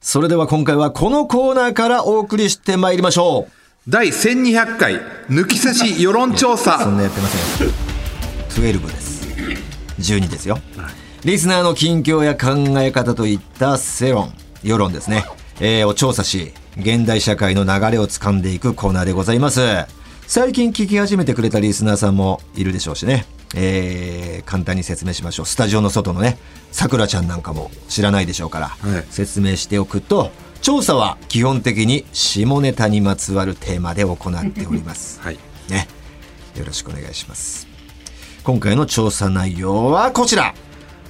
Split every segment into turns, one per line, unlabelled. それでは今回はこのコーナーからお送りしてまいりましょう。
第1200回抜き差し世論調査
そんなやってません よ。12です。12ですよ。リスナーの近況や考え方といった世論、世論ですね。えーを調査し、現代社会の流れを掴んでいくコーナーでございます。最近聞き始めてくれたリスナーさんもいるでしょうしね。えー簡単に説明しましょう。スタジオの外のね、さくらちゃんなんかも知らないでしょうから、
はい
説明しておくと、調査は基本的に下ネタにまつわるテーマで行っております。
はい
ね、よろしくお願いします。今回の調査内容はこちら。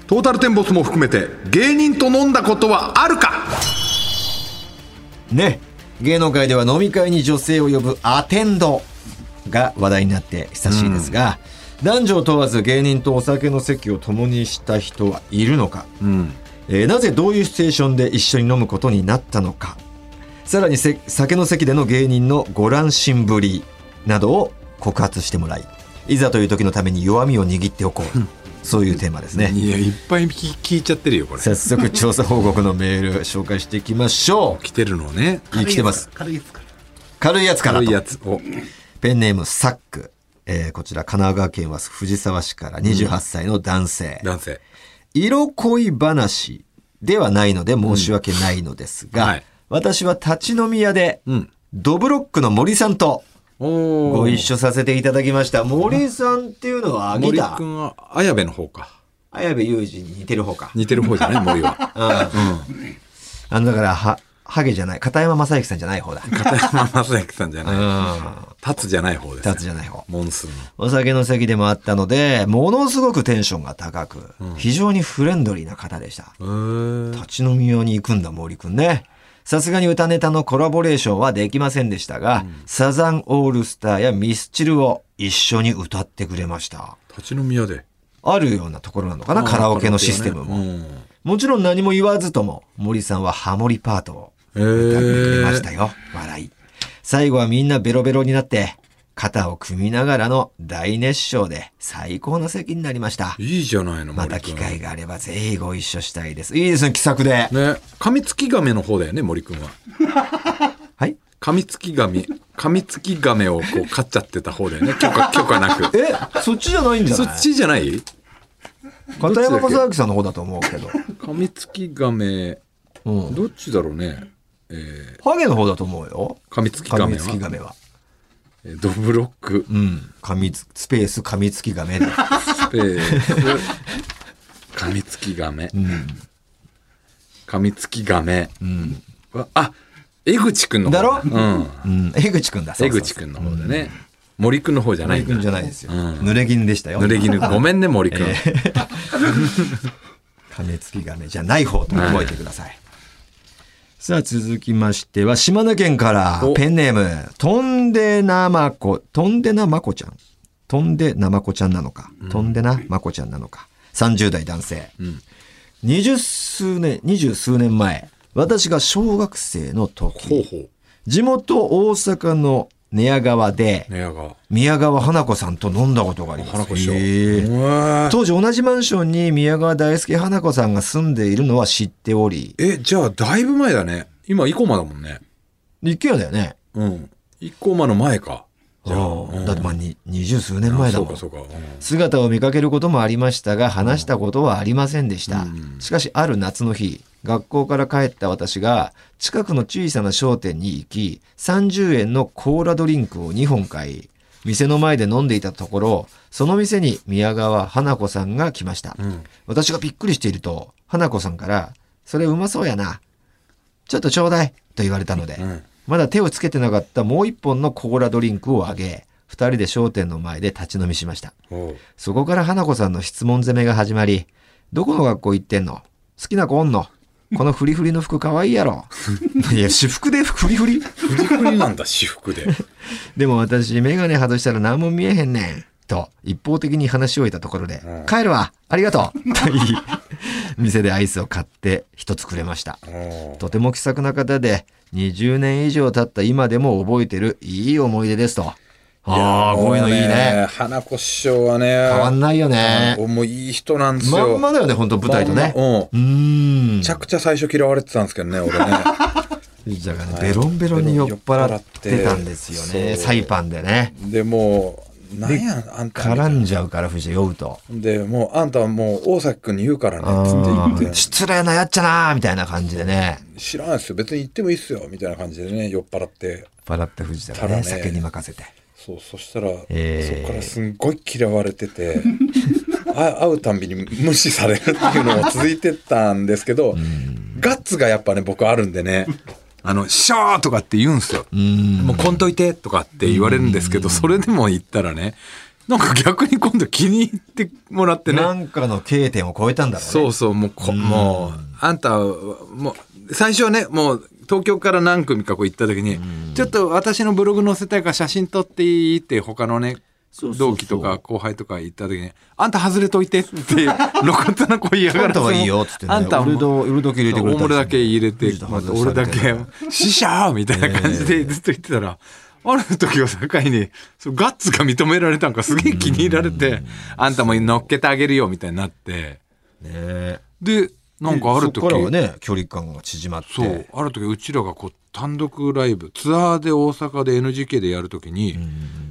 トータルテンボスも含めて芸人と飲んだことはあるか
ね、芸能界では飲み会に女性を呼ぶアテンドが話題になって久しいですが、男女を問わず芸人とお酒の席を共にした人はいるのか、
うん
えーなぜどういうシチュエーションで一緒に飲むことになったのかさらにせ酒の席での芸人のご乱心ぶりなどを告発してもらいいざという時のために弱みを握っておこうそういうテーマですね
いやいっぱい聞聞いちゃってるよこれ
早速調査報告のメール紹介していきましょ
来てるのね
う生きてます
軽いですから
軽いやつから
軽い
と
やつを
ペンネームサック、えーこちら神奈川県は藤沢市から28歳の男性、
男性
色恋話ではないので申し訳ないのですが、
うんはい
私は立ち飲み屋で、
うん
ドブロックの森さんと
お
ご一
緒
緒させていただきました。森さんっていうのはギ
森
タ
く
ー、
んは綾部の方か
綾部祐二に似てる方か。
似てる方じゃない森は
あの、だから、は、ハゲじゃない、片山正幸さんじゃない方だ。
片山正行さんじゃ
う
ない
ん。
立つじゃない方です
立つじゃない方。
モンスーの
お酒の席でもあったので、ものすごくテンションが高く、非常にフレンドリーな方でした。立ち飲み用に行くんだ、森くんね。さすがに歌ネタのコラボレーションはできませんでしたが、サザンオールスターやミスチルを一緒に歌ってくれました。
立ち飲み屋で
あるようなところなのかな、カラオケのシステムも。
うん
もちろん何も言わずとも、森さんはハモリパートを
えー
歌ってくれましたよ。笑い。最後はみんなベロベロになって、肩を組みながらの大熱唱で最高の席になりました。
いいじゃないの
ま
森く
た
ん
機会があればぜひご一緒したいです。いいですね、気さくで。
ねカミツキガメの方だよね森くんは
はい
カミツキガメカミツキガメをこう飼っちゃってた方だよね許 可許可なく
え、そっちじゃないんじゃ
そ
ない
っちじゃない
片山
どっち
正
だ
明さんの方だと思うけど。
カミツキガメ
うん。
どっちだろうねえー
ハゲの方だと思うよ。
カミツキ
カ
ガ
ミ
メ
ツキガ
は
メは。
えードブロック
うん。カミツ、スペースカミツキガメで。
スペースカミツキガメ
うん。
カミツキガメ
うん。
はあ江口くんの方
だろ
うん
うん。江口くんだ。そう
江
そう
口くんの方だね森くんの方じゃない
森く
んだ
んじゃないですよ。
うん
濡れ衣でしたよ。
濡れ衣ごめんね森くん
カメツキガメじゃない方と覚えてください。さあ、続きましては、島根県から
お、
ペンネーム、とんでなまこ、とんでなまこちゃん。とんでなまこちゃんなのか、とんでなまこちゃんなのか。30代男性。
ん
二十数年、二十数年前、私が小学生の時、
ほうほう
地元大阪の寝屋川で、
寝屋川
宮川花子さんと飲んだことがあります。
花子師匠
へえ
うわ ー
当時同じマンションに宮川大輔花子さんが住んでいるのは知っており、
えじゃあだいぶ前だね今生駒だもんね
一軒家だよね。
うん生駒の前かじゃあ
ああ
うん
だってまあに二十数年前だも
あ
ん。
そうかそうか、うん
姿を見かけることもありましたが、話したことはありませんでした。しかしある夏の日、学校から帰った私が近くの小さな商店に行き、30円のコーラドリンクを2本買い、店の前で飲んでいたところ、その店に宮川花子さんが来ました。私がびっくりしていると、花子さんから、それうまそうやな。ちょっとちょうだいと言われたので、
ん
まだ手をつけてなかったもう一本のコーラドリンクをあげ、二人で商店の前で立ち飲みしました。
おう
そこから花子さんの質問攻めが始まり、どこの学校行ってんの好きな子おんのこのフリフリの服かわいいやろ。いや、私服でフリフリ
フリフリなんだ私服で
でも私、メガネ外したら何も見えへんねん。と、一方的に話し終えたところで、
うん
帰るわあり がとうと言い、 店でアイスを買って一つくれました。
おう
とても気さくな方で、20年以上経った今でも覚えてるいい思い出ですと。ああ、こういうのいいね。。
花子師匠はね。変
変わんないよね。
もういい人なんです
ま
よ。
んまだよね、本当舞台とね。
まんまうん。
うーん。
めちゃくちゃ最初嫌われてたんですけどね、俺ね。
だからね
はい
ベロンベロンに酔っ払ってたんですよ
酔っ払っ
ね。
てそう
サイパンでね。
で、もう、なんや、あんたみたいな
絡んじゃうから、藤井酔うと。
で、もう、あんたはもう、大崎くんに言うからね、つって
あ
言っ
ー
て、
失礼なやっちゃなーみたいな感じでね。
知らないですよ、別に言ってもいいっすよ、みたいな感じでね、酔っ払って。
笑って藤田が
ただ
ね、
ね
酒に任せて。
そう、そしたら、
えー
そこからすんごい嫌われてて、 あ会うたんびに無視されるっていうのも続いてたんですけど、ガッツがやっぱね、僕あるん でね、あの、シャーとかって言うんですよ。
うーん。
もうこんといてとかって言われるんですけど、それでも言ったらね、なんか逆に今度気に入ってもらってね。
なんかの経点を超えたんだろうね。
そうそう、もうこ、もう、あんたは、もう、最初はね、もう、東京から何組かこう行った時に、ちょっと私のブログ載せたいから写真撮っていいって、他のね、
そうそう
同期とか後輩とか行った時に、あんた外れといてって、 露骨な声嫌が
あん
らせ
た
を
はいいよ、つってね。
あんたは
俺
もう
ど、俺だけ入れてくれたりして
大物だけ入れて
藤、田
また
外
俺
した
だ
みたい
け
な、
死者みたいな感じでずっと言ってたら、ある時を境に、そうガッツが認められたんか、すげえ気に入られて、あんたも乗っけてあげるよ、みたいになって。
ねえ
で、なんかある
そ
時
こからはね、距離感が縮まって。
そう、ある時うちらがこう単独ライブ、ツアーで大阪で NGK でやる時に、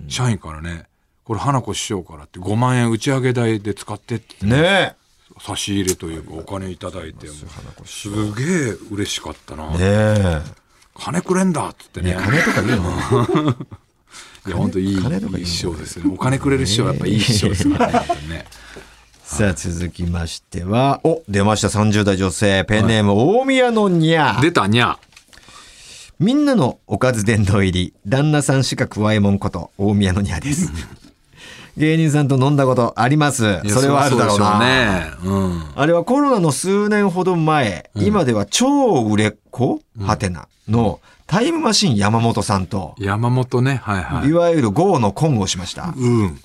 社員からね、これ花子師匠からって5万円打ち上げ代で使ってって
ね
差し入れというかお金いただいて、もうすげえ嬉しかったな。
え。ね
金くれんだっつって
え。ね
ね。
え金とか言うの
いや、本当いい、い
金とか言うの
い師匠ですよね。お金くれる師匠はやっぱいい師匠ですよね。本当にね
さあ、続きましては、お、出ました、30代女性、ペンネーム、大宮のにゃ
出たにゃ。
みんなのおかず殿堂入り、旦那さんしか食わえもんこと、大宮のにゃ です。芸人さんと飲んだことあります。
いや
それはあるだろうな。
そうでしょうね。
あれはコロナの数年ほど前、今では超売れっ子、ハテナのタイムマシン山本さんと、
うん。山本ね、はいはい
い。わゆる GO のコンをしました。
うん。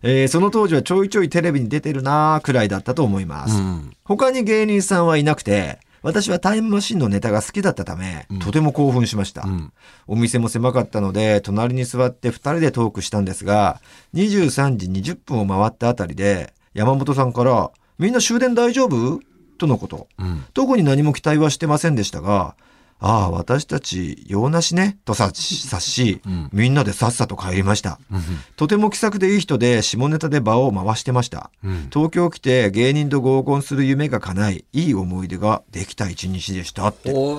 えーその当時はちょいちょいテレビに出てるなーくらいだったと思います。
うん。
他に芸人さんはいなくて、私はタイムマシンのネタが好きだったため、とても興奮しました。
ん
お店も狭かったので、隣に座って2人でトークしたんですが、23時20分を回ったあたりで、山本さんから、みんな終電大丈夫とのこと。
うん。
特に何も期待はしてませんでしたが、ああ、私たち、用なしね、と察 し、察し、
ん
みんなでさっさと帰りました。
うん
とても気さくでいい人で、下ネタで場を回してました。
うん。
東京来て芸人と合コンする夢が叶い、いい思い出ができた一日でしたって。ね
お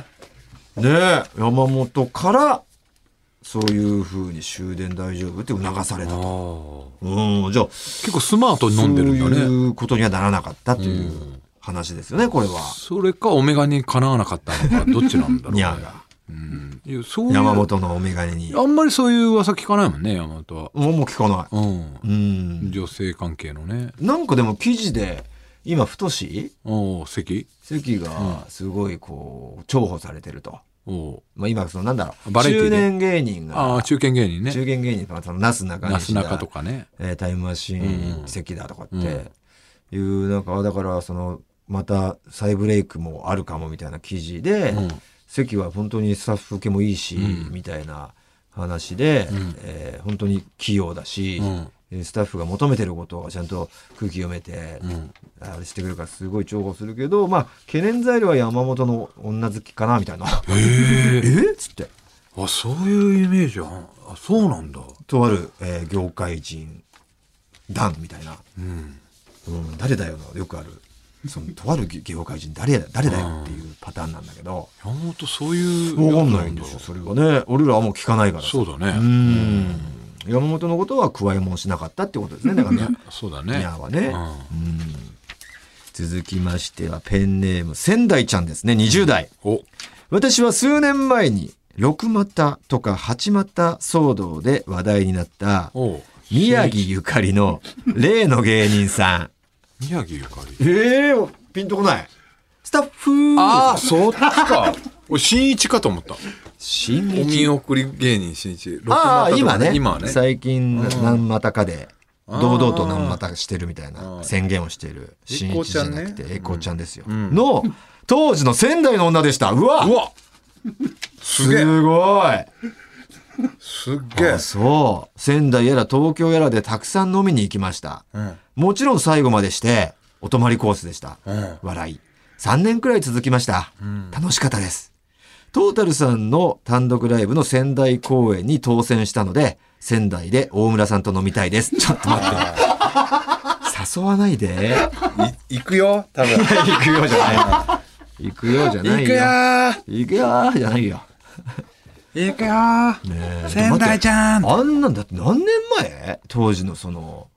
ー
え、山本から、そういう風に終電大丈夫って促されたと。うん、じゃあ、
結構スマートに飲んでるんだ
そう
ね。
いうことにはならなかったという話ですよね、これは。
それか、お眼鏡にかなわなかったのか、どっちなんだろうね。
ニャーが。
うん。いやそういう
山本のお眼鏡に。
あんまりそういう噂聞かないもんね、山本は。
もうもう聞かな
うん
い。。うん。
女性関係のね。
なんかでも記事で、今、太し
おお席
関がすごいこう、重宝されてると。
おお
まあ今、そのなんだろう。
バラエティ
中
で
年芸人が。
ああ、中堅芸人ね。
中堅芸人とかそのなすなかに
な
し
す
だ
なかとかね。
えータイムマシーン席だとかって、
うん
いうなんかだからそのまた再ブレイクもあるかもみたいな記事で、
うん
席は本当にスタッフ受けもいいし、
うん
みたいな話で、
ん
えー本当に器用だし、
うん
えースタッフが求めてることをちゃんと空気読めて、
うん。
あれしてくれるからすごい重宝するけどまあ懸念材料は山本の女好きかなみたいなえ
へえ。
っ つって
あ、そういうイメージあ、あそうなんだ。
とある、えー業界人団みたいな、
うん。
うん、誰だよのよくあるそ のとある業界人誰だ誰だよっていうパターンなんだけど
山本そういう。
分かんないんですよそれがね俺らはもう聞かないからさ
そうだ
う
ね。
ん山本のことは加えもんしなかったってことですねだからね
そうだ
ニ
ね。
ャーはね、
うん
うん続きましてはペンネーム仙台ちゃんですね20代、
お、
私は数年前に六股とか八股騒動で話題になった
おう。
宮城ゆかりの 例の芸人さん。
宮城ゆかり。
ええピンとこない。スタッフ
ああ、そっちか。俺、新一かと思った。
新
お見
日。
送り芸人新一。
ああ、今ね。
今ね。
最近、何股かで、堂々と
あー
何股してるみたい
あ
な
ー
宣言をしている。新一じゃなく
栄光ちゃん
て、栄
ね
光ちゃんですよ。
ん
の、当時の仙台の女でした。うわ
うわすげえ。
すごい
すっげえ
あ。そう。仙台やら東京やらでたくさん飲みに行きました。
うん。
もちろん最後までして、お泊まりコースでした。
うん。
笑い。3年くらい続きました。
うん。
楽しかったです。トータルさんの単独ライブの仙台公演に当選したので、仙台で大村さんと飲みたい です。ちょっと待って。誘わないで。
い行くよ、多分。
行くよじゃない。行くよじゃな
行
い
く
よ
よ。ー
行くよーじゃないよ。
行くよー
ねえ
仙台ちゃん
あんなんだって何年前当時のその、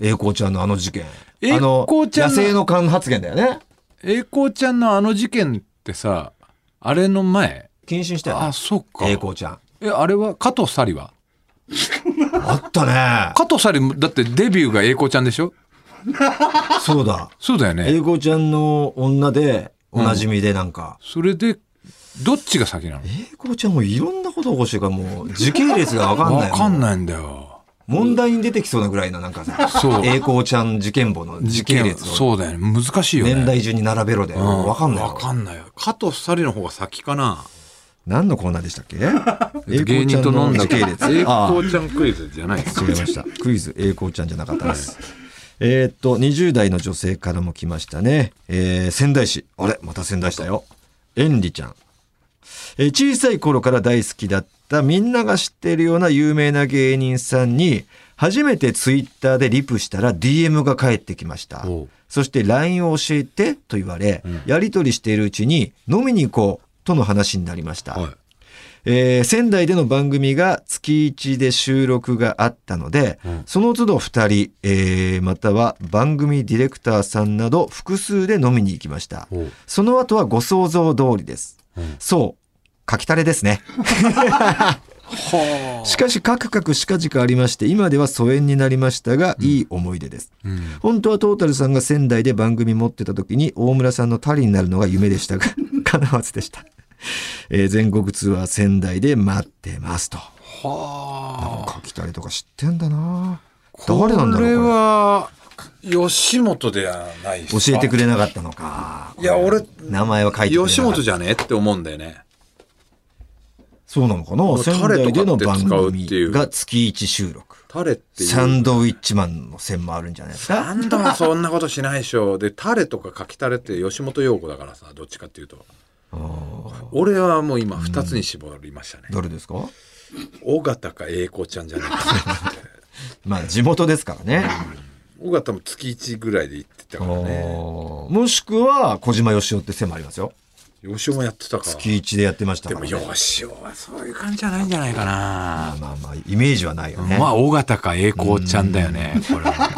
栄光ちゃんのあの事件。
栄光ちゃ
あの野
んの
生の勘発言だよね。
栄光ちゃんのあの事件ってさ、あれの前
謹慎したよ、
あ、
ね。
そっか。
栄光ちゃん。
え、あれは加藤サリは
あったね。
加藤サリも、だってデビューが栄光ちゃんでしょ
そうだ。
そうだよ
栄
ね。
光ちゃんの女で、おなじみでなんか。
それで、どっちが先なの
栄光ちゃんもいろんなこと起こしてるから、もう時系列がわかんな
わ
い。
かんないんだよ。
問題に出てきそうなぐらいのなんかさ、
そう。
栄光ちゃん事件簿の時系列を
そうだよね。難しいよね。
年代順に並べろで、
う
わかんない。
わかんないよ。加藤サリの方が先かな。
何のコーナーでしたっ け
芸人と飲んだ
時系列。
栄
ああ
光ちゃんクイズじゃないです
違いました。クイズ、栄光ちゃんじゃなかったです。えーっと、20代の女性からも来ましたね。えー仙台市。あれまた仙台市だよ。えんりちゃん。えー小さい頃から大好きだった、みんなが知っているような有名な芸人さんに、初めてツイッターでリプしたら DM が返ってきました
おう。
そして LINE を教えてと言われ、やりとりしているうちに飲みに行こうとの話になりました。
はい。
えー仙台での番組が月1で収録があったので、
うん
その都度2人、えーまたは番組ディレクターさんなど複数で飲みに行きました。
おう
その後はご想像通りです。
うん
そう、かきたれですね。
は
しかし、カクカクしかじかありまして、今では疎遠になりましたが、いい思い出です。
あ。うん
本当はトータルさんが仙台で番組持ってた時に大村さんのタリになるのが夢で したが、叶わずでした。えー全国ツアー仙台で待ってますと。
はあ。
書きたりとか知ってんだな
こ
誰なんだろうこれ
れは、吉本ではないですか
教えてくれなかったのか
いや俺
名前は書いてくれなかった
吉本じゃねって思うんだよね。
そうなのかな
う
仙
タレとか
台での番
使うって
組
いう
が月1収録
タレっていう。
サンドウィッチマンの線もあるんじゃないです
サ
か
ンドはそんなことしないでしょ。で、タレとかかきタレって吉本用語だからさ、どっちかっていうと。俺はもう今二つに絞りましたね。
どれですか
尾形か栄光ちゃんじゃないかなって。
まあ地元ですからね
尾形も月1ぐらいで行ってたからね。
おーもしくは小島よしおって線もありますよ
吉尾もやってたか。
月1でやってました
で
から、
も
ね、
吉尾はそういう感じじゃないんじゃないか
まあ
な。
まあまあイメージはないよね、
まあ、尾形か栄光ちゃんだよね、これは。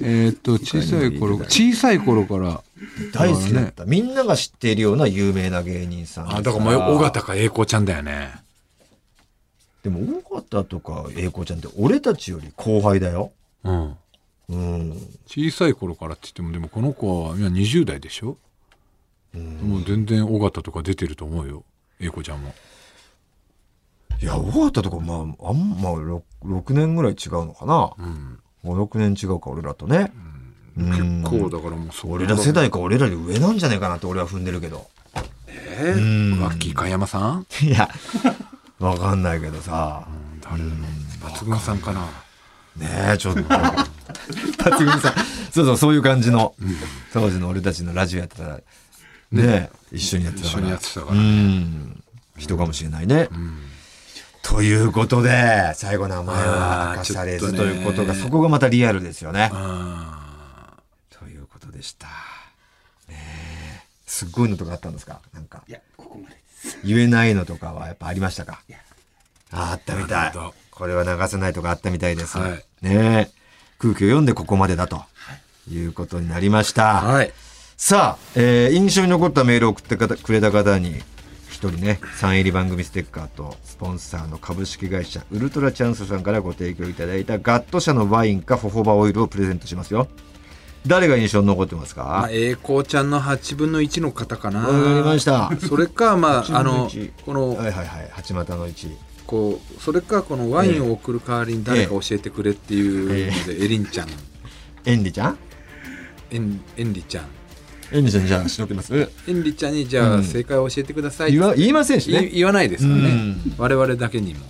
えーっと、小さい頃、小さい頃から。
大好きだった、みんなが知っているような有名な芸人さんです
あ、だからもう尾形か栄光ちゃんだよね。
でも尾形とか栄光ちゃんって俺たちより後輩だよ。
うん。
うん。
小さい頃からって言っても、でもこの子は今20代でしょもう全然尾形とか出てると思うよ。栄光ちゃんも。
いや、尾形とかまあ、あんま 6, 6年ぐらい違うのかな。
うん。
5、6年違うか、俺らとね。うん
結構だからもうそ
俺ら世代か俺らより上なんじゃないかなって俺は踏んでるけど。
え
うん
ワッキー貝山さん
いや、わかんないけどさ。
誰だろう抜群さんかな。
ねえ、ちょっと。辰巳さん、そうそう、そういう感じの、当時の俺たちのラジオやってたら、ねえ一緒にやってた
一
から。
緒にやってたか
う
ら。
ん。人かもしれないね。ということで、最後名前は明かされ
あー
ず
ちょっ
と
とね
いうことが、そこがまたリアルですよね。
あ
ということでした。ねえすっごいのとかあったんですかなんか
い。や、ここまでです。
言えないのとかはやっぱありましたか
いや
ああったみた
ないるほど。
これは流せないとかあったみたいです。
はい
ねえ空気を読んでここまでだと。いうことになりました。
ーはい。
さあ、えー印象に残ったメールを送って方くれた方に一人ねサイン入り番組ステッカーとスポンサーの株式会社ウルトラチャンスさんからご提供いただいたガット社のワインかホホバオイルをプレゼントしますよ誰が印象に残ってますか
まあ、
わか
栄光ちゃんの8分の1の方かな。
りました
それか、まあ、あの
8、
こ
は
の、
いはいはい八股の1
こう、それか、このワインを送る代わりに誰か教えてくれっていうので、エリンちゃん、
エンリちゃん
エン、エンリちゃん。
エンリちゃんじゃあしのけます
エンリちゃんに、じゃ
う
あ、
ん
正解を教えてください。
言わ言いませんし
い
ね
言わないですよ
う
ね
ん。
我々だけにも。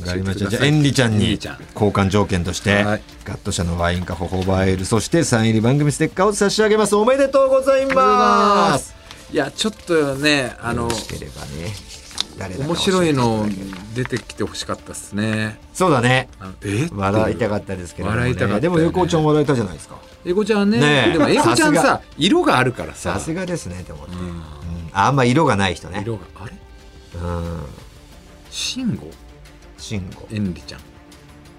わかりましたじゃあエンリちゃんに
エンリ
交
ちゃん
換条件として
はい
ガット社のワインかホホバエールそしてサイン入り番組ステッカーを差し上げますおめでとうございます
いやちょっとねあの
よろしければね誰だか
面
教
白
え
い
てただ
の
ける
出てきてほしかったですね
そうだね
あのえ
笑いた
っ
かったですけど、ね、
笑いたかったよね
でも横尾ちゃん笑えたじゃないですか
ていうエゴちゃんはね
ねえ
でもエゴちゃん
さす
さ色があるからさ
さすがですねって思って、うん
う
あんま色がない人
ん
ね
色があれ
うん
慎吾
慎吾
エンリちゃん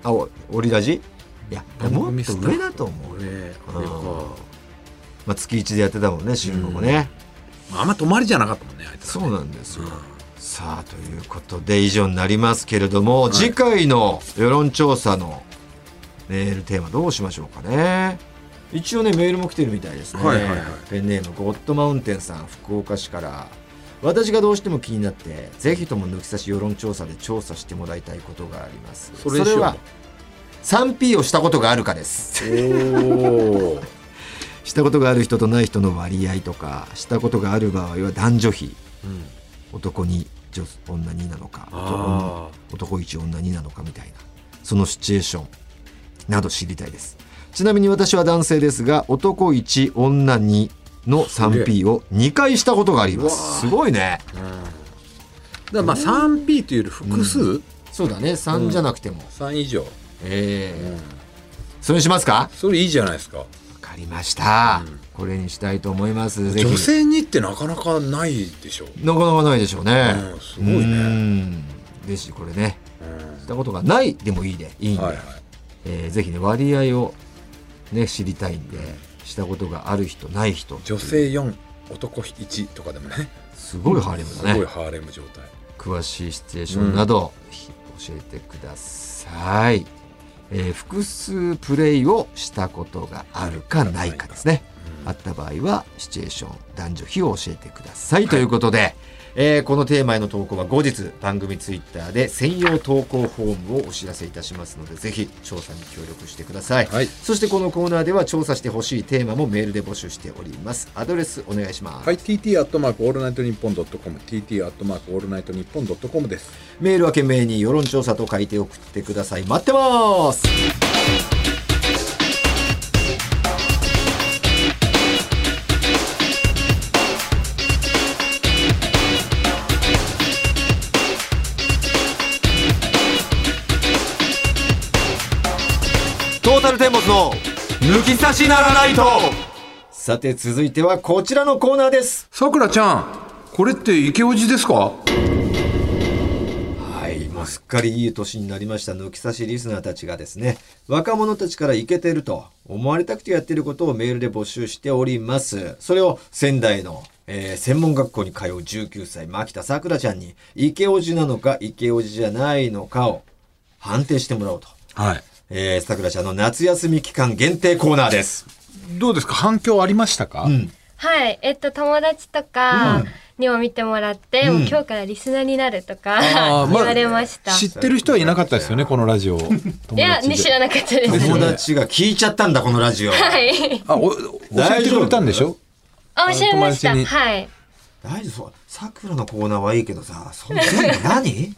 あお折り出しいやもっと
番組スタッフ
上だと思う
俺、
ん
あれか
まあ、月一でやってたもんね慎吾もね、
まああんま泊まりじゃなかったもんねあいつ
そうなんですよ、
うん
さあということで以上になりますけれども、次回の世論調査のメールテーマどうしましょうかね一応ねメールも来てるみたいですね、
はいはいはい
ペンネームゴッドマウンテンさん福岡市から私がどうしても気になってぜひとも抜き差し世論調査で調査してもらいたいことがあります
それにしよう
は 3P をしたことがあるかです
おお
したことがある人とない人の割合とかしたことがある場合は男女比男に女女になのか
あ
男一女二なのかみたいなそのシチュエーションなど知りたいですちなみに私は男性ですが男一女二の 3P を2回したことがありますす
うわ
ごいね
あ、うん、だからまあ 3P というより複数、
そうだね3じゃなくても、
3以上、
え
う
え
ん、
それにしますか
それいいじゃないですか
わかりました、
うん
これにしたいと思いますぜひ
女性にってなかなかないでしょ、
なかなかないでしょうね、
うんすごいね
うんぜひこれねし
う
たことがないでもいいでいいん
ん、
で、
はいはい
えーぜひね割合をね知りたいんでしたことがある人ない人
女性4男1とかでもね
すごいハーレム
す
だ
ごい
ね
ハーレム状態
詳しいシチュエーションなど、ひ教えてください、えー複数プレイをしたことがあるかないかですね、あった場合はシチュエーション男女比を教えてください、ということで、えーこのテーマへの投稿は後日番組ツイッターで専用投稿フォームをお知らせいたしますのでぜひ調査に協力してください、
はい
そしてこのコーナーでは調査してほしいテーマもメールで募集しておりますアドレスお願いします、
はい、TT アットマークオールナイトニッポンドットコム TT アットマークオールナイトニッポンドットコムです
メールは懸命に世論調査と書いて送ってください待ってますトータルテンボスの抜き差しならないとさて続いてはこちらのコーナーです
さくらちゃんこれって池おじですか
はい、もうすっかりいい年になりました抜き差しリスナーたちがですね、若者たちからイケてると思われたくてやってることをメールで募集しております。それを仙台の、えー専門学校に通う19歳、牧田さくらちゃんに、イケおじなのかイケおじじゃないのかを判定してもらおうと。
はい
えー、さくらちゃんの夏休み期間限定コーナーです。
どうですか反響ありましたか、
うん。
はい、えっと友達とかにも見てもらって、
うん
もう今日からリスナーになるとか、
あーま
言
あ
われました。
知ってる人はいなかったですよねこのラジオ友達
い
で
や、ね、知らなかったです。
友達が聞いちゃったんだ、このラジオ。
はい。
あお教えてくれたんでしょ
あ、教え
友
まし
達
た。
に
はい。
大丈夫、さくらのコーナーはいいけどさ、その全部 何
い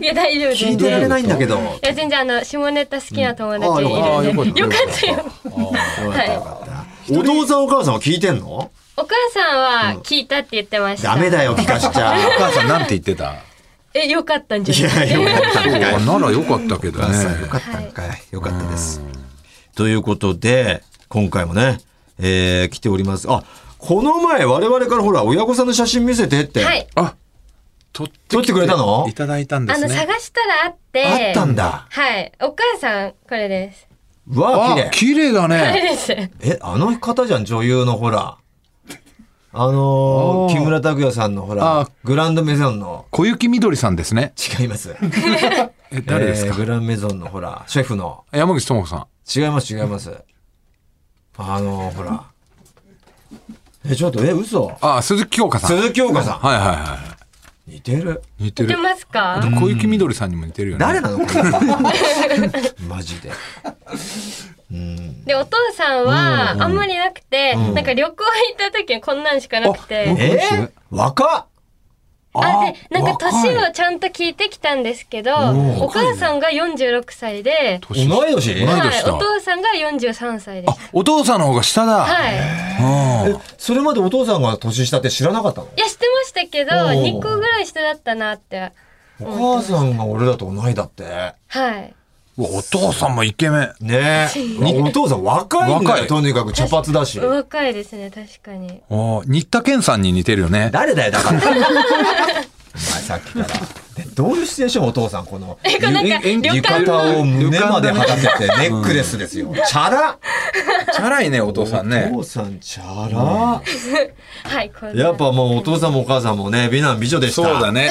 や、大丈夫です。
聞いてられないんだけど。
いや、全然あの、下ネタ好きな友達
うんあー
いるんで。
よ
よ
かっ
かったた
よ
よ
かっ。よかったよかった。お父さんお母さんは聞いてんの
お母さんは聞いたって言ってました。
ダメだよ、聞かし ちゃ。
お母さんなんて言ってた
え、よかったんじ
い
ゃない
や、よかった
そうん
かい。
ならよかったけど
お母 さんよ
ね
かったんかい。よかったです。ということで、今回もね、えー来ております。あ、この前我々からほら、親御さんの写真見せてって。
はい。
あ撮ってき
撮ってくれたの
いただいたんで
あ
す
の、
ね
探したらあって。
あったんだ。
はい。お母さん、これです。
わあ、綺麗。
綺麗だ
これ
ね
です。
え、あの方じゃん、女優のほら。あのー
あー
木村拓哉さんのほ
あ
ら
ー、
グランドメゾンの。
小雪みどりさんですね
違います。
え誰です
え
か
ー、グランメゾンのほら、シェフの。
山口智子さん
違います違いますあのほらえちょっとえ嘘
あ鈴木京香さんはい
鈴木京香さ
はいは
ん似てる
い似て
似て
る
ます
あと
か
小雪みどりさんにも似てるよね
誰 なのこれマジでうん
で、お父さ
う
ん
んうん
は、あんまりなくて、
うん
なんか旅行行った時にこんなんしかなくて。
えー、若っ
あでなんか
若い
年をちゃんと聞いてきたんですけど
おー
お母さんが46歳で、
年下
同い年
同い
は
年
い、
だ
お父さんが43歳で
あ
す。
お父さんの方が下だ、
はい、
うん
えそれまでお父さんが年下って知らなかったの
いや知ってましたけど
おー
2個ぐらい下だったなって
お母さんが俺らと同いだって
はい。
うわお父さんもイケメン
ねえお父さん若いんだ
若い
よとにかく茶髪だし
お若いですね確かに
おー新田健さんに似てるよね
誰だよだから お前さっきからでどういうシチュエーションお父さんこの
かなんか
ゆえ
旅
浴
館
衣を胸まではたせてネックレスですよチャラ
チャラいねお父さんね
お父さんチャラ
はいこんな
やっぱもうお父さんもお母さんもね美男美女でした
そうだね、
ね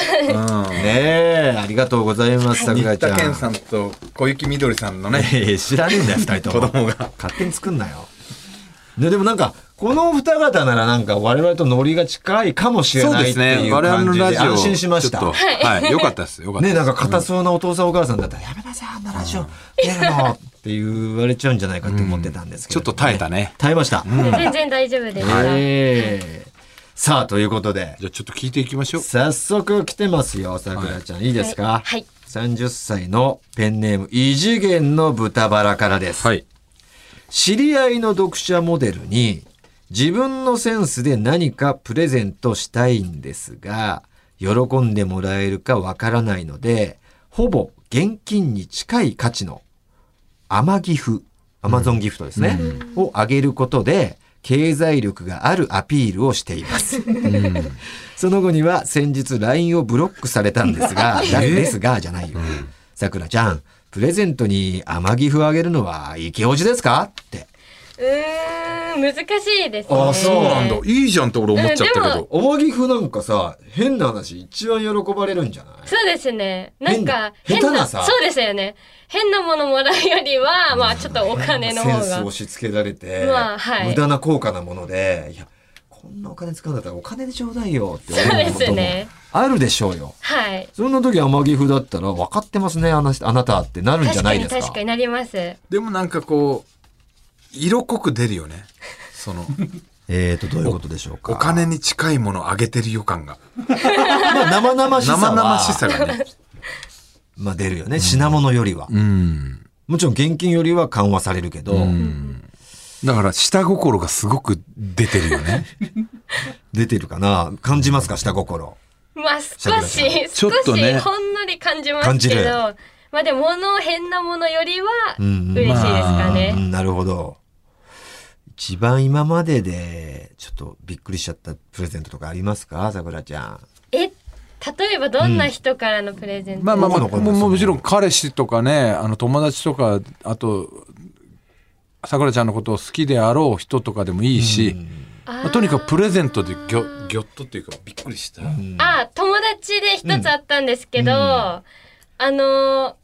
えありがとうございます
うん、
桜
新
井ちゃ
田
ん
健さんと小雪みどりさんのね
いやいや知らねえんだよ2人とも
子供が
勝手に作んなよででもなんかこのお二方ならなんか我々とノリが近いかもしれ
そう
な
で
いっ
す
てい
ね。
う
我々
感
の
じで
ラジオ。
安心しまし
ちょ
た
っとはい。よかったです。よかった。
ねなんか硬そうなお父さんお母さんだったら「やめなさいあんなラジオ出るの」って言われちゃうんじゃないかって思ってたんですけ
ちょ
ど
っと耐えたね。
耐えました
全然大丈夫でした、
ええさあということで
じゃあちょっと聞いていきましょう。
早速来てますよさくらちゃんいいですか
はい
30歳のペンネーム異次元の豚バラからです
はい。
知り合いの読者モデルに自分のセンスで何かプレゼントしたいんですが喜んでもらえるかわからないのでほぼ現金に近い価値のアマギフアマゾンギフトですね、をあげることで経済力があるアピールをしています、その後には先日 LINE をブロックされたんですが、だですがじゃないよ。さくらちゃん、プレゼントに天城風あげるのはイケオジですかって。
うーん難しいですね
あそうなん
いいじゃんって俺思っちゃったけ
うんで
ど。
天城風なんかさ、変な話、一番喜ばれるんじゃない
そうですねなんか
変な下手なさ
そうですよね変なものもらうよりはまあちょっ とお金の
セン
方
ス
が
押し付けられて、
まあはい
無駄な高価なもので、いや、こんなお金使うんだったらお金でちょうだいよって
そう
思
で
うこ
す
とも
ね
あるでしょうよ。
はい
そんな時天城風だったら、分かってますね、あなあなたってなるんじゃ
確
な
か
い
に
ですか。
確かになります
でもなんかこう、色濃く出るよね。そ の、
えーと、どういうことでしょうか。
お金に近いものあげてる予感が。
まあ、生々しさは
生々しさがね。
まあ、出るよね、品物よりは、
うん。
もちろん現金よりは緩和されるけど、
だから下心がすごく出てるよね。
出てるかな感じますか下心
まあ少
さく
し
ちょ
少
っとね
しほんのり感じま
感じ
すけ
る
ど、まあでも物変なものよりは
うん
嬉しいですか
う
ね。
んなるほど一番今まででちょっとびっくりしちゃったプレゼントとかありますかさくらちゃん
え例えばどんな人からのプレゼント、
まあまあまあ、
どこの子で
も
すか
ももちろん彼氏とかね、あの友達とか、あと、さくらちゃんのことを好きであろう人とかでもいいし、まあとにかくプレゼントでぎょぎょっとっていうかびっくりした。
あ友達で一つあったんですけど、あの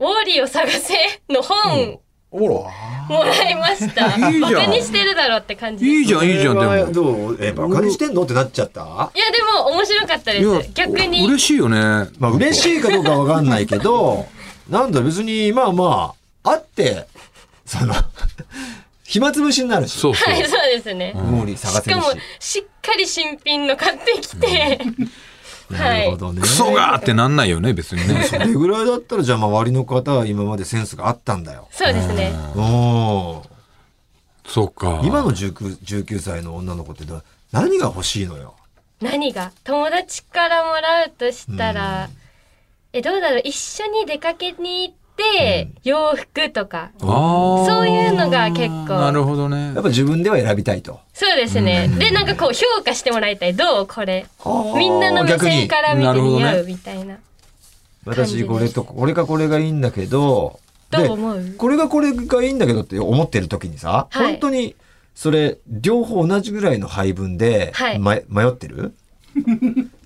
ウォーリーを探せの本
お
もらいました。
いいじゃん
バカにしてるだろうって感じです。
いいじゃん、いいじゃん、でも。
どうえバカにしてんのってなっちゃった
いやでも面白かったで
いや
す。逆に
嬉しいよね。
まあ嬉しいかどうかわかんないけ どなんだ別にまあまああってその 暇つぶしになるし
そうそう。
はいそうですね。
モーリー探
し
せる
かも
し
しっかり新品の買ってきて、
なるほどね
クソがーってなんないよね、別に ね。
それぐらいだったらじゃあ周りの方は今までセンスがあったんだよ。
そうですね。
お
そうか。
今の 19, 19歳の女の子ってど何が欲しいのよ。
何が友達からもらうとしたら、えどうだろう一緒に出かけに行って、洋服とか
ああ。
そういうのが結構
なるほど
や
ね
っ。ぱ自分では選びたいと。
そうですね、でなんかこう評価してもらいたいどうこれみんなの目
逆に
線から見
な
て
るほど
似
ね
合うみたいな
私これとこれかこれがいいんだけど。
どう
で
思う
これがこれがいいんだけどって思ってる時にさ、
はい
本当にそれ両方同じぐらいの配分で、
はい
ま迷って る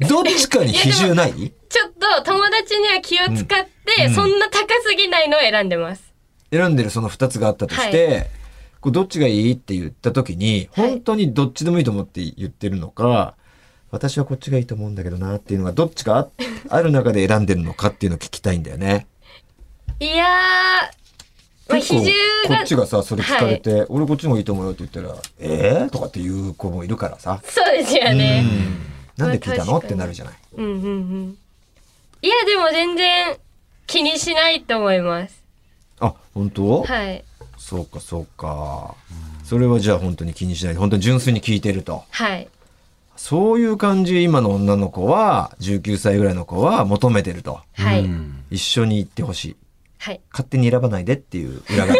どっちかに比重ない
ちょっと友達には気を使って、そんな高すぎないのを選んでます
選んでるその2つがあったとして、こうどっちがいいって言った時に
はい
本当にどっちでもいいと思って言ってるのか、私はこっちがいいと思うんだけどなっていうのがどっち があある中で選んでるのかっていうのを聞きたいんだよね。
いやー、まあ、
結
比
構
重
こ
が
っちがさそれ聞かれて、俺こっちの方がいいと思うよって言ったら「えー?」とかっていう子もいるからさ
そうですよね、
なんで聞いた
ま
の
あ
って
確かに
なるじゃない。
うんうんうん。いや、でも全然気にしないと思います。
あ、本当、
はい。
そうか、そうか。それはじゃあ本当に気にしないで、本当に純粋に聞いてると。
はい。
そういう感じ、今の女の子は、19歳ぐらいの子は求めてると。
はい。
うん
一緒に行ってほしい。
はい。
勝手に選ばないでっていう裏 が。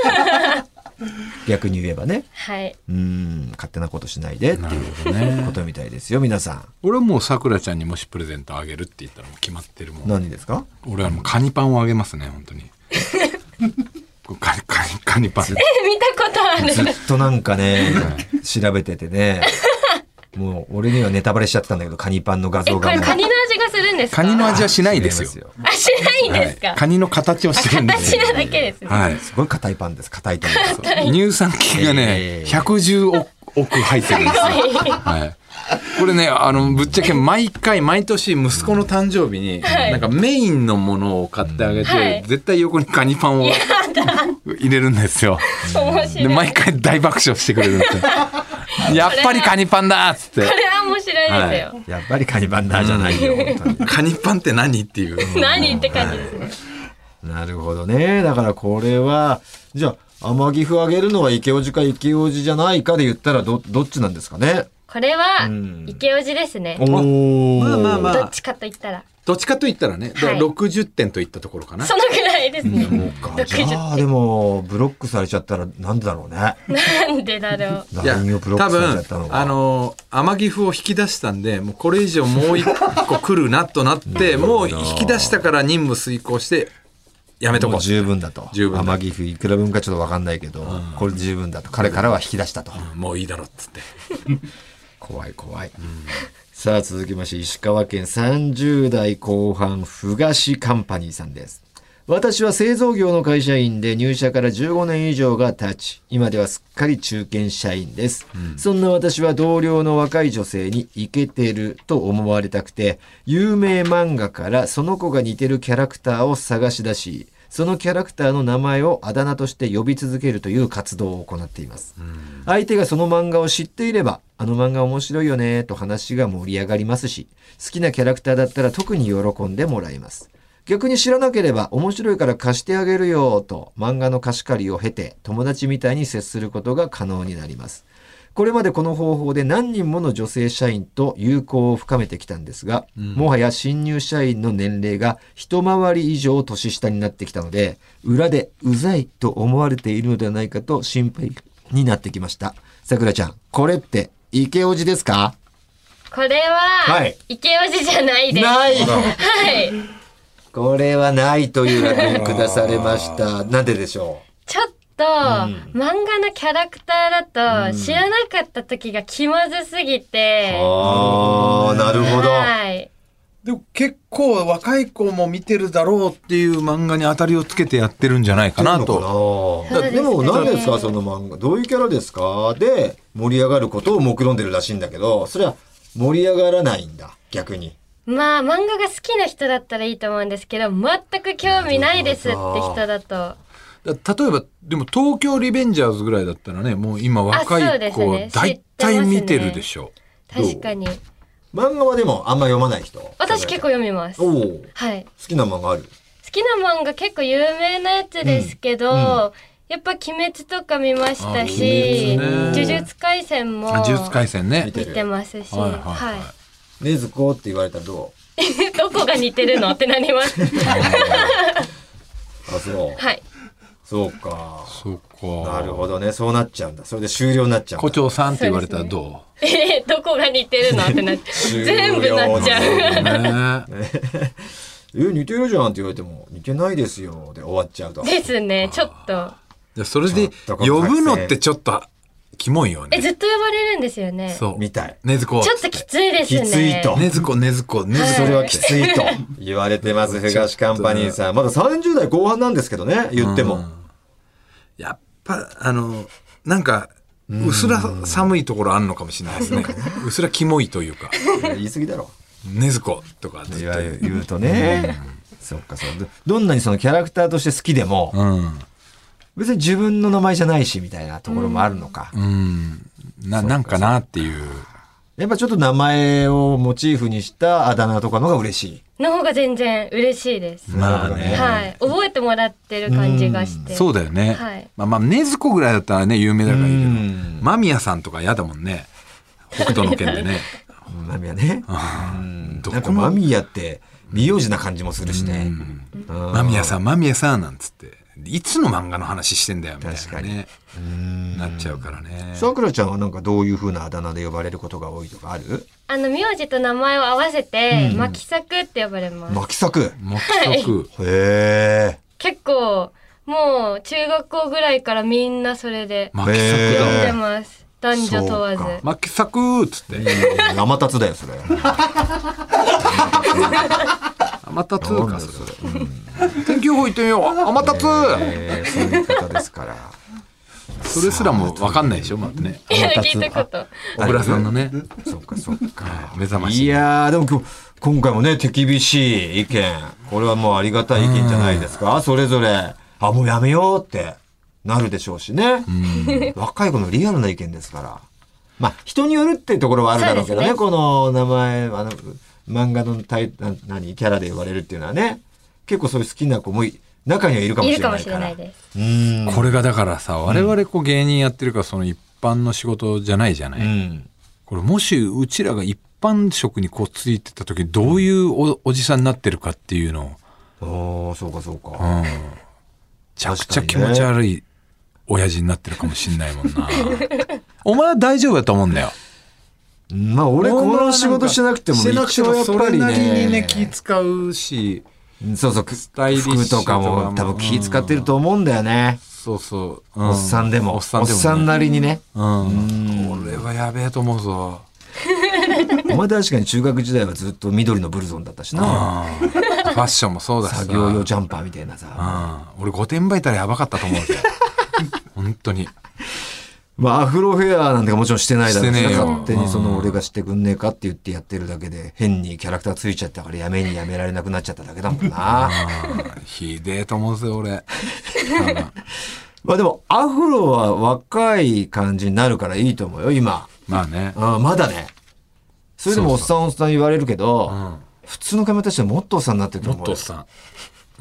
逆に言えばね。
はい。
うん、勝手なことしないでって
なる
いう
ほどね
ことみたいですよ、皆さん。
俺はもうさくらちゃんにもしプレゼントあげるって言ったらもう決まってるもん
何ですか
俺はもうカニパンをあげますね本 当にこうカニカニカニパン
え、見たことあ
ずっ
る。
となんかね、調べててね、もう俺にはネタバレしちゃってたんだけど、カニパンの画
え、
像
こ
が
れ
もう。
カニの味がするんですか
カニの味はしないですよ
違ま
あ、しないんです
はい
か
カニの形をしてるんです
形
よ
なだけですね。
はい
すごい硬いパンです、硬いと思います。
乳酸菌がね、
えー
110億億入ってるんですよ。はい、これね、あの、ぶっちゃけ毎回、毎年息子の誕生日に、
はい
なんかメインのものを買ってあげて、
はい
絶対横にカニパンを入れるんですよ。
面白
で、
い。
毎回大爆笑してくれるんです よ。やっぱりカニパンだっつっ
こ
て。
れは面白いです よ。
やっぱりカニパンダーじゃないよ、本当に。
カニパンって何っていう。
何って感じですね。
なるほどね。だからこれは、じゃあ、天城府あげるのは池オジか池オジじゃないかで言ったらど、どっちなんですかね。
これは
ん、
池尾寺ですね。
お
まあまあまあ
どっちかと言ったら。
どっちかと言ったらね、だから
はい
60点といったところかな。
そのぐらいですね。
あ。じゃあ、でも、ブロックされちゃったらなんでだろうね。
なんでだろう。
いや
LINE をブロッ
多
クされちゃ
分
ったのが。
あのー天城府を引き出したんでもうこれ以上もう一個来るなとなってもう引き出したから任務遂行してやめとこ
もう
う
十分だと。
十分だ
天城府いくら分かちょっとわかんないけど、これ十分だと。彼からは引き出したと。
もういいだろっつって
怖い怖い。さあ続きまして石川県30代後半ふがしカンパニーさんです。私は製造業の会社員で入社から15年以上が経ち、今ではすっかり中堅社員です。そんな私は同僚の若い女性にイケてると思われたくて、有名漫画からその子が似てるキャラクターを探し出し、そのキャラクターの名前をあだ名として呼び続けるという活動を行っています。相手がその漫画を知っていれば、あの漫画面白いよねと話が盛り上がりますし、好きなキャラクターだったら特に喜んでもらえます。逆に知らなければ面白いから貸してあげるよと漫画の貸し借りを経て友達みたいに接することが可能になります。これまでこの方法で何人もの女性社員と友好を深めてきたんですが、もはや新入社員の年齢が一回り以上年下になってきたので、裏でうざいと思われているのではないかと心配になってきました。さくらちゃん、これって池おじですか
これ
は
は、
い
池尾寺じゃないです。
ない
はい。
これはないというライン下されました。なんででしょ
ちょっと、漫画のキャラクターだと、知らなかった時が気まずすぎて
う。ああ、なるほど。
はい。
でも結構若い子も見てるだろうっていう漫画に当たりをつけてやってるんじゃないかなと
と
そうです
で
ね
も何ですかその漫画どういうキャラですかで盛り上がることを目論んでるらしいんだけどそれは盛り上がらないんだ逆に
まあ、漫画が好きな人だったらいいと思うんですけど、全く興味ないですって人だと。
だ例えばでも東京リベンジャーズぐらいだったらねもう今若
あそう
い
です
子
ね
大体見てるでしょどう
確かに。
漫画はでもあんま読まない人
私結構読みます。
おお
はい。
好きな漫画ある
好きな漫画結構有名なやつですけど、やっぱ鬼滅とか見ました
あ鬼滅ね
し、呪術廻戦も
あ呪術廻戦ね
見
見てますし、
はい
は
はいいはい
禰豆子って言われたらど
どこが似てるのってな ります。
うあそう
はい。
そうか
そうか
なるほどねそうなっちゃうんだそれで終了になっちゃうん
胡
だ
蝶さんって言われたらど
えーどこが似てるのってなっ
終了
全部なっちゃう。
うね
え似てるじゃんって言われても似てないですよで終わっちゃうと
ですね、ちょっと。
いやそれで
ちょっとこの
呼ぶのってちょっとキモいよ
え、
ね。
ずっと呼ばれるんですよね。
そう。
みたい
ねずこ。
ちょっときついですね。
きついと
ねずこ、ねずこ、ねずこ。
それはきついと 言われてます、東カンパニーさん。まだ30代後半なんですけどね、言っても。
やっぱ、あの、なんか、うすら寒いところあんのかもしれないですね。うすらキモいというか、
い や言い過ぎだろ。
ねずことかず
い
っと
わゆる言うとね。そっかそうど。どんなにそのキャラクターとして好きでも、
うん。
別に自分の名前じゃないし、みたいなところもあるのか。
うん。な、なんかなっていう。
やっぱちょっと名前をモチーフにしたあだ名とかのが嬉しい。
の方が全然嬉しいです。
まあ
なるほど
ね。
はい。覚えてもらってる感じがして。
そうだよね。
はい
まあまあ、禰豆子ぐらいだったらね、有名だからいいけど
うん、
間宮さんとか嫌だもんね。北斗の件で ね。
間宮ね。
うんど
なんか
こも
間宮って美容師な感じもするしね。うん
間宮さん、間宮さんなんつって。いつの漫画の話してんだよ、みたいなね。なっちゃうからね。
さくらちゃんはなんかどういう風なあだ名で呼ばれることが多いとかある
あの、名字と名前を合わせて、巻き作って呼ばれます。
巻作。
目測。
へえ。
結構、もう、中学校ぐらいからみんなそれで
巻き
へ
作
呼
だ。
んでます。男女問
そ
わ
う
ず。
巻き作っつって。
生達だよ、それ。
また通
な
か
んだ
そ
そ
れ。天気予報行ってみよう。あ、また通
えー、そういう方ですから。
それすらもわかんないでしょ、まだね。
いや、
天達
聞いたこと。
小倉さんのね。
そっかそっか。
目覚まし
いやー、でも今日、今回もね、手厳しい意見。これはもうありがたい意見じゃないですか。それぞれ、あ、もうやめようってなるでしょうしね。若い子のリアルな意見ですから。まあ、人によるってところはあるだろうけどね、
そうですね
この名前、あの、漫画のタイな何、キャラで呼ばれるっていうのはね、結構そういう好きな子もい中にはいるかもし
い
れ
るか
な
も
い
し
か
れ
ら。
ないです。
うん。
これがだからさ、我々こう芸人やってるから、その一般の仕事じゃないじゃな
う
い。
ん。
これもしうちらが一般職にこうついてた時、どういうおおじさんになってるかっていうの
おー、そうかそう
を、う
か。
ん。めちゃくちゃ気持ち悪い親父になってるかもしんないもんな。 お前は大丈夫だと思うんだよ。
まあ、俺この仕事しなくても、一応やっぱり
それなり
ね。
にね、気使うし、
そうそう、
タイリッシュ
服とか
とか
も
も
多分気使ってると思うんだよね。
そうそう。
おっさんでも。
お
お
っ
っ
さんでもね、
さんなりにね。
うん。俺はやべえと思うぞ。
お前確かに中学時代はずっと緑のブルゾンだったし
うん。フ
な。
ァッションもそうだしさ。
作業用ジャンパーみたいなさ。
うん。俺5点ばいたらやばかったと思う ぜ。本当に。
まあ、アフロヘアなんてもちろんしてないだろう
して
し
ねえよ
勝手にその俺がしてくんねえかって言ってやってるだけで、変にキャラクターついちゃったからやめにやめられなくなっちゃっただけだもんな。
うんひでえと思うぜ、俺。
まあでも、アフロは若い感じになるからいいと思うよ、今。
まあね。
あまだね。それでもおっさんおっさん言われるけど、普通の髪型してもっとおっさんになってると
も
思う
っ
よ。
とおっさ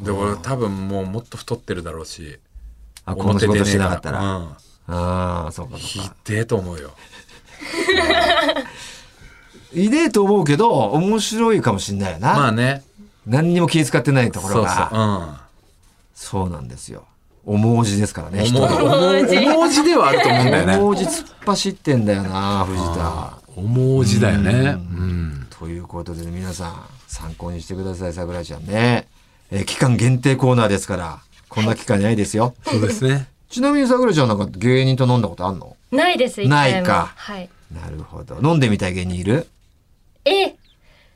ん。で、俺多分もうもっと太ってるだろうし。
あ、この仕事してなかったら。あ
うん
あー、そうか
ひ
そうか。
でえと思うよ。
いねえと思うけど、面白いかもしんないよな。
まあね。
何にも気遣ってないとこ
そ
ろ
う
が。
そ
そう
う。うん。
なんですよ。重字ですからね、人
思う
は。
思う思う字ではあると思うんだよね。
重字突っ走ってんだよな、藤田。
思う字だよね。うん。
ということで、ね、皆さん、参考にしてください、桜井ちゃんね。えー期間限定コーナーですから、こんな機会ないですよ。
そうですね。
ちなみに桜井ちゃんなんか芸人と飲んだことあんの
ないです、一
ない
回も。
か
はい。
なるほど。飲んでみたい芸人いる
え、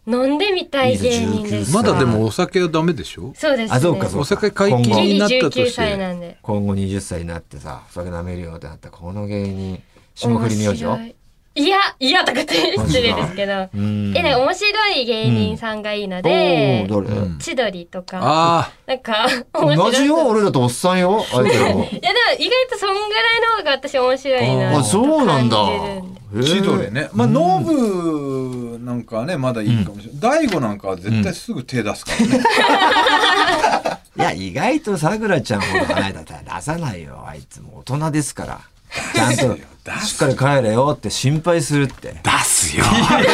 飲んでみたい芸人ですか
まだでもお酒はダメでしょ
そうですね。
あそうかそう
お酒解禁
今後
になったと
19
して。
歳なんで。
今後20歳になってさ、お酒舐めるよってなったこの芸人、霜降り明星
面白いいや、いやとかって失礼ですけど。
うん
え、ね、面白い芸人さんがいいの
お
で、
ー、誰、
うん
千鳥とか、
あ
なんか、面
同
白
じ
い。
よ、俺らとおっさんよ、あいつら も。
いや、でも意外とそんぐらいの方が私面白いな
あ、そうなんだ
と感じるんで。
あ、千鳥
へ
ね。まあ、ノブなんかはね、まだいいかもしれない。大悟なんかは絶対すぐ手出すからね。
ー。いや、意外と桜ちゃんほど離れたら出さないよ、あいつも。大人ですから。ちゃんと、しっかり帰れよって心配するって。
出すよ。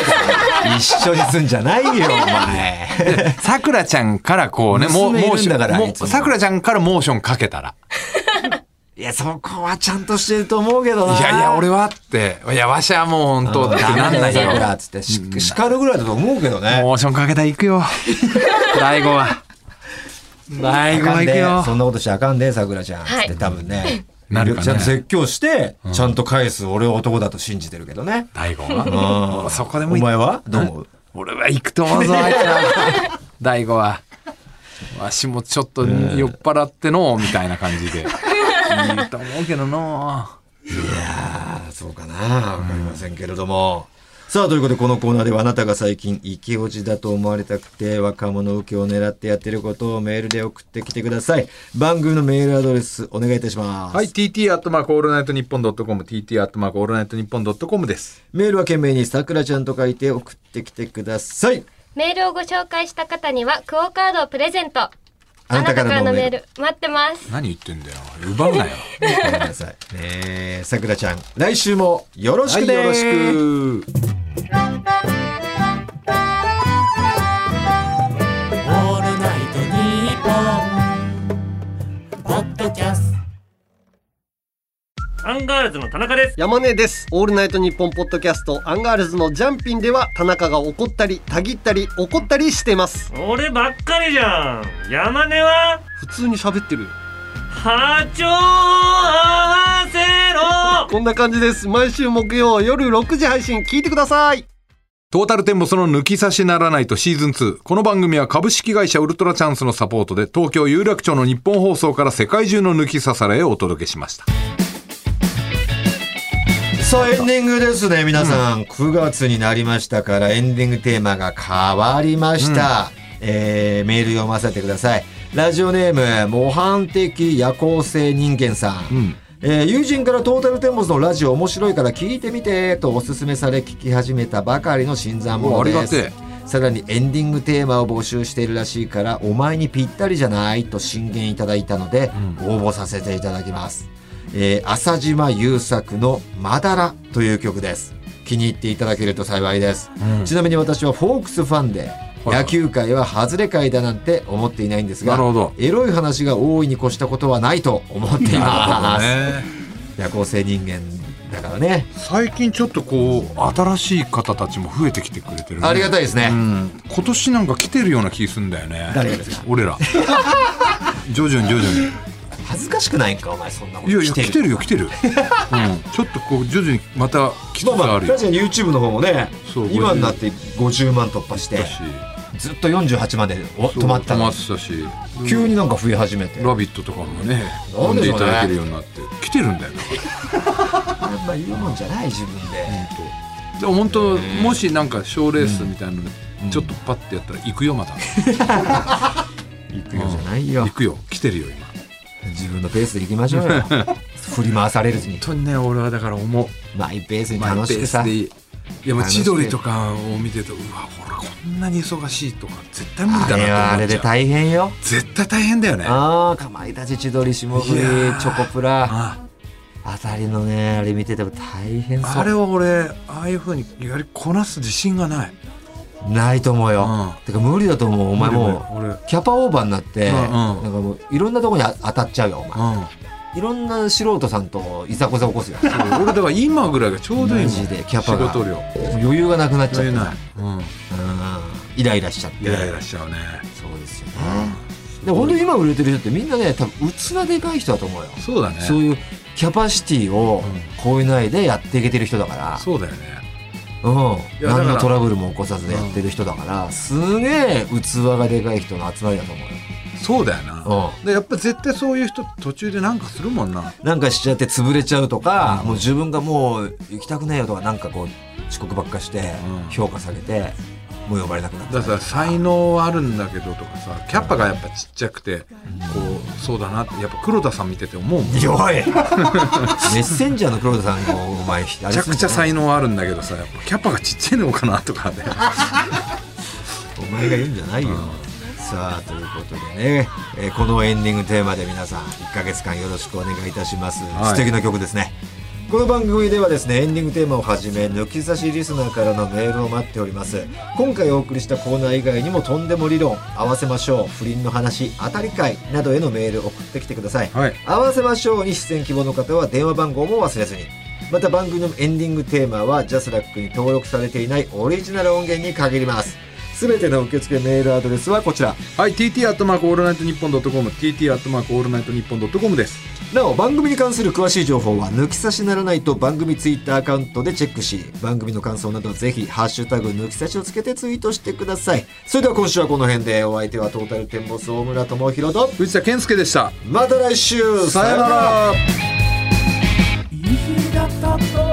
一緒にすんじゃないよ、お前。
さくらちゃんからこうね、もう、
娘い
モー
る
シ
んだから
ョ
い
ン
つ
もう、
も
さくらちゃんからモーションかけたら。
いや、そこはちゃんとしてると思うけどな。
いやいや、俺はって。いや、わしはもう本当だって
ダ
な
メ
ん
だ
な
よ、
いよ。
桜っつって。し叱るぐらいだと思うけどね。
モーションかけたら行くよ。大悟は。大悟は行く
あかんでそ
よ。
んなことしちゃあかんで、桜ちゃん。
はい
つって多分ね。
なるかね
ちゃんと説教して、ちゃんと返す俺を男だと信じてるけどね。
大悟
う
は。
ん。
そこでも
お
行っ
前はどう思う
俺は行くと思うぞ、あいつ ら。大悟は。わしもちょっと酔っ払っての、みたいな感じで。いいと思うけどの。
ああ、そうかな。わかりませんけれども。さあ、ということで、このコーナーではあなたが最近、イケオジだと思われたくて、若者受けを狙ってやってることをメールで送ってきてください。番組のメールアドレス、お願いいたします。
はい、TT アットマークオールナイトニッポンドットコム、TT アットマークオールナイトニッポンドットコムです。
メールは懸命に、さくらちゃんと書いて送ってきてください。
メールをご紹介した方にはクオカードをプレゼント。
あ
あ
な
な
た
た
か
からら
の
の
メ
メ
ー
ー
ル
ル待ってます。
何言ってんだよ。奪うなよ。
ごめんなさい。ねえ、さくらちゃん、来週もよろしくね、
はい、よろしく。
「オールナイトニッポン」「ポッドキャスト」
アンガールズの田中です。
山根です。オールナイトニッポンポッドキャストアンガールズのジャンピンでは田中が怒ったり、たぎったり、怒ったりしてます。
俺ばっかりじゃん。山根は
普通に喋ってる。
波長を合わせろ
こんな感じです。毎週木曜夜6時配信聞いてください。
トータルテンボスの抜き差しならないとシーズン2。この番組は株式会社ウルトラチャンスのサポートで東京有楽町の日本放送から世界中の抜き差されをお届けしました。
さあエンディングですね皆さん、9月になりましたからエンディングテーマが変わりました、えーメール読ませてくださいラジオネーム模範的夜行性人間さん、
ん
えー友人からトータルテンボスのラジオ面白いから聞いてみてとおすすめされ聞き始めたばかりの新参者
おあ
で
りがて
すさらにエンディングテーマを募集しているらしいからお前にぴったりじゃないと進言いただいたので、応募させていただきますえー浅島優作の「まだら」という曲です気に入っていただけると幸いです、ちなみに私はフォークスファンで
いはい
野球界は外れ界だなんて思っていないんですが
なるほど
エロい話が大いに越したことはないと思っています、
ね、
夜行性人間だからね
最近ちょっとこう、新しい方たちも増えてきてくれてる、
ありがたいですね、
うん、今年なんか来てるような気すんだよね
誰がですか
俺ら徐々に徐々に
恥ずかしくないんかお前そんなこと
いやいや
来てる
来てるよ来てる、うん、ちょっとこう徐々にまた来つつ
まあま
あ
あ
るよ
確かに YouTube の方もね
そう
今になって50万突破して
だし
ずっと48までお
そう
止まった
止ま
の
ってたし「
急になんか増え始めて
ラビット!」とかもね
な
呼
ん
ん
で
で
し
い
ょうね
ただけるようになって来てるんだ よな
あんま言うもんじゃない自分で、
でも本当もしなんか賞ーレースみたいなのちょっとパッてやったら行く よまた
行くよじゃないよ
行くよ来てるよ今
自分のペースで行きましょうよ振り回されるに
本当にね俺はだから思う
マイペースに
マイ
楽し
ペ
く
ース
さ
でいいいやもう
楽しく
千鳥とかを見てるとうわほらこんなに忙しいとか絶対無理だな
あれはあ
と思
れ
っち
で
ゃう
大変よ
絶対大変だよね
ああかまいたち千鳥霜降り
いやー
チョコプラ
あ
あたりのねあれ見てても大変そ
あれ
う
は俺ああいうふうにやりこなす自信がない
ないと思うよ、
う
てか無理だと思うお前もう
俺
キャパオーバーになって、
うんうん
なんかもういろんなとこにあ当たっちゃうよお前
う
いろんな素人さんといざこざ起こすよ
ん俺だから今ぐらいがちょうどい
マ
いもん
ジでキャパが
仕事量
余裕がなくなっちゃ
余
って
裕な
さ
い、うん、
うんイライラしちゃって
イライラしちゃうね
そうですよね。で本当に今売れてる人ってみんなね多分器でかい人だと思うよ。
そうだね
そういうキャパシティを
う
超えないでやっていけてる人だから、
そうだよね
うん、
いやだから
何のトラブルも起こさずやってる人だから、すげえ器がでかい人の集まりだと思う
そうだよな
よ。
でやっぱ絶対そういう人って途中でなんかするもんな
うん、なんかしちゃって潰れちゃうとか、もう自分がもう行きたくないよとかなんかこう遅刻ばっかして
うん
評価されて、もう呼ばれなくなっちゃ
だ
う
からさ才能はあるんだけどとかさキャパがやっぱちっちゃくてこうそうだなってやっぱ黒田さん見てて思うもんめち
弱い メッセンジャーの黒田さんがお前め
ゃくちゃ才能はあるんだけどさやっぱキャパがちっちゃいのかなとかね
お前が言うんじゃないよ。さあということでね、えーこのエンディングテーマで皆さん1ヶ月間よろしくお願いいたします、
はい
素敵な曲ですねこの番組ではですねエンディングテーマをはじめ抜き差しリスナーからのメールを待っております今回お送りしたコーナー以外にもとんでも理論合わせましょう不倫の話当たり会などへのメールを送ってきてください、
はい
合わせましょうに出演希望の方は電話番号も忘れずにまた番組のエンディングテーマはジャスラックに登録されていないオリジナル音源に限りますすべての受付メールアドレスはこちら
はい TT アットマークオールナイトニッポンドットコム TT アットマークオールナイトニッポンドットコムです
なお番組に関する詳しい情報は抜き差しならないと番組ツイッターアカウントでチェックし番組の感想などはぜひ「ハッシュタグ抜き差し」をつけてツイートしてくださいそれでは今週はこの辺でお相手はトータルテンボス大村智広と
藤田健介でした
また来週
さよなら
「夕方と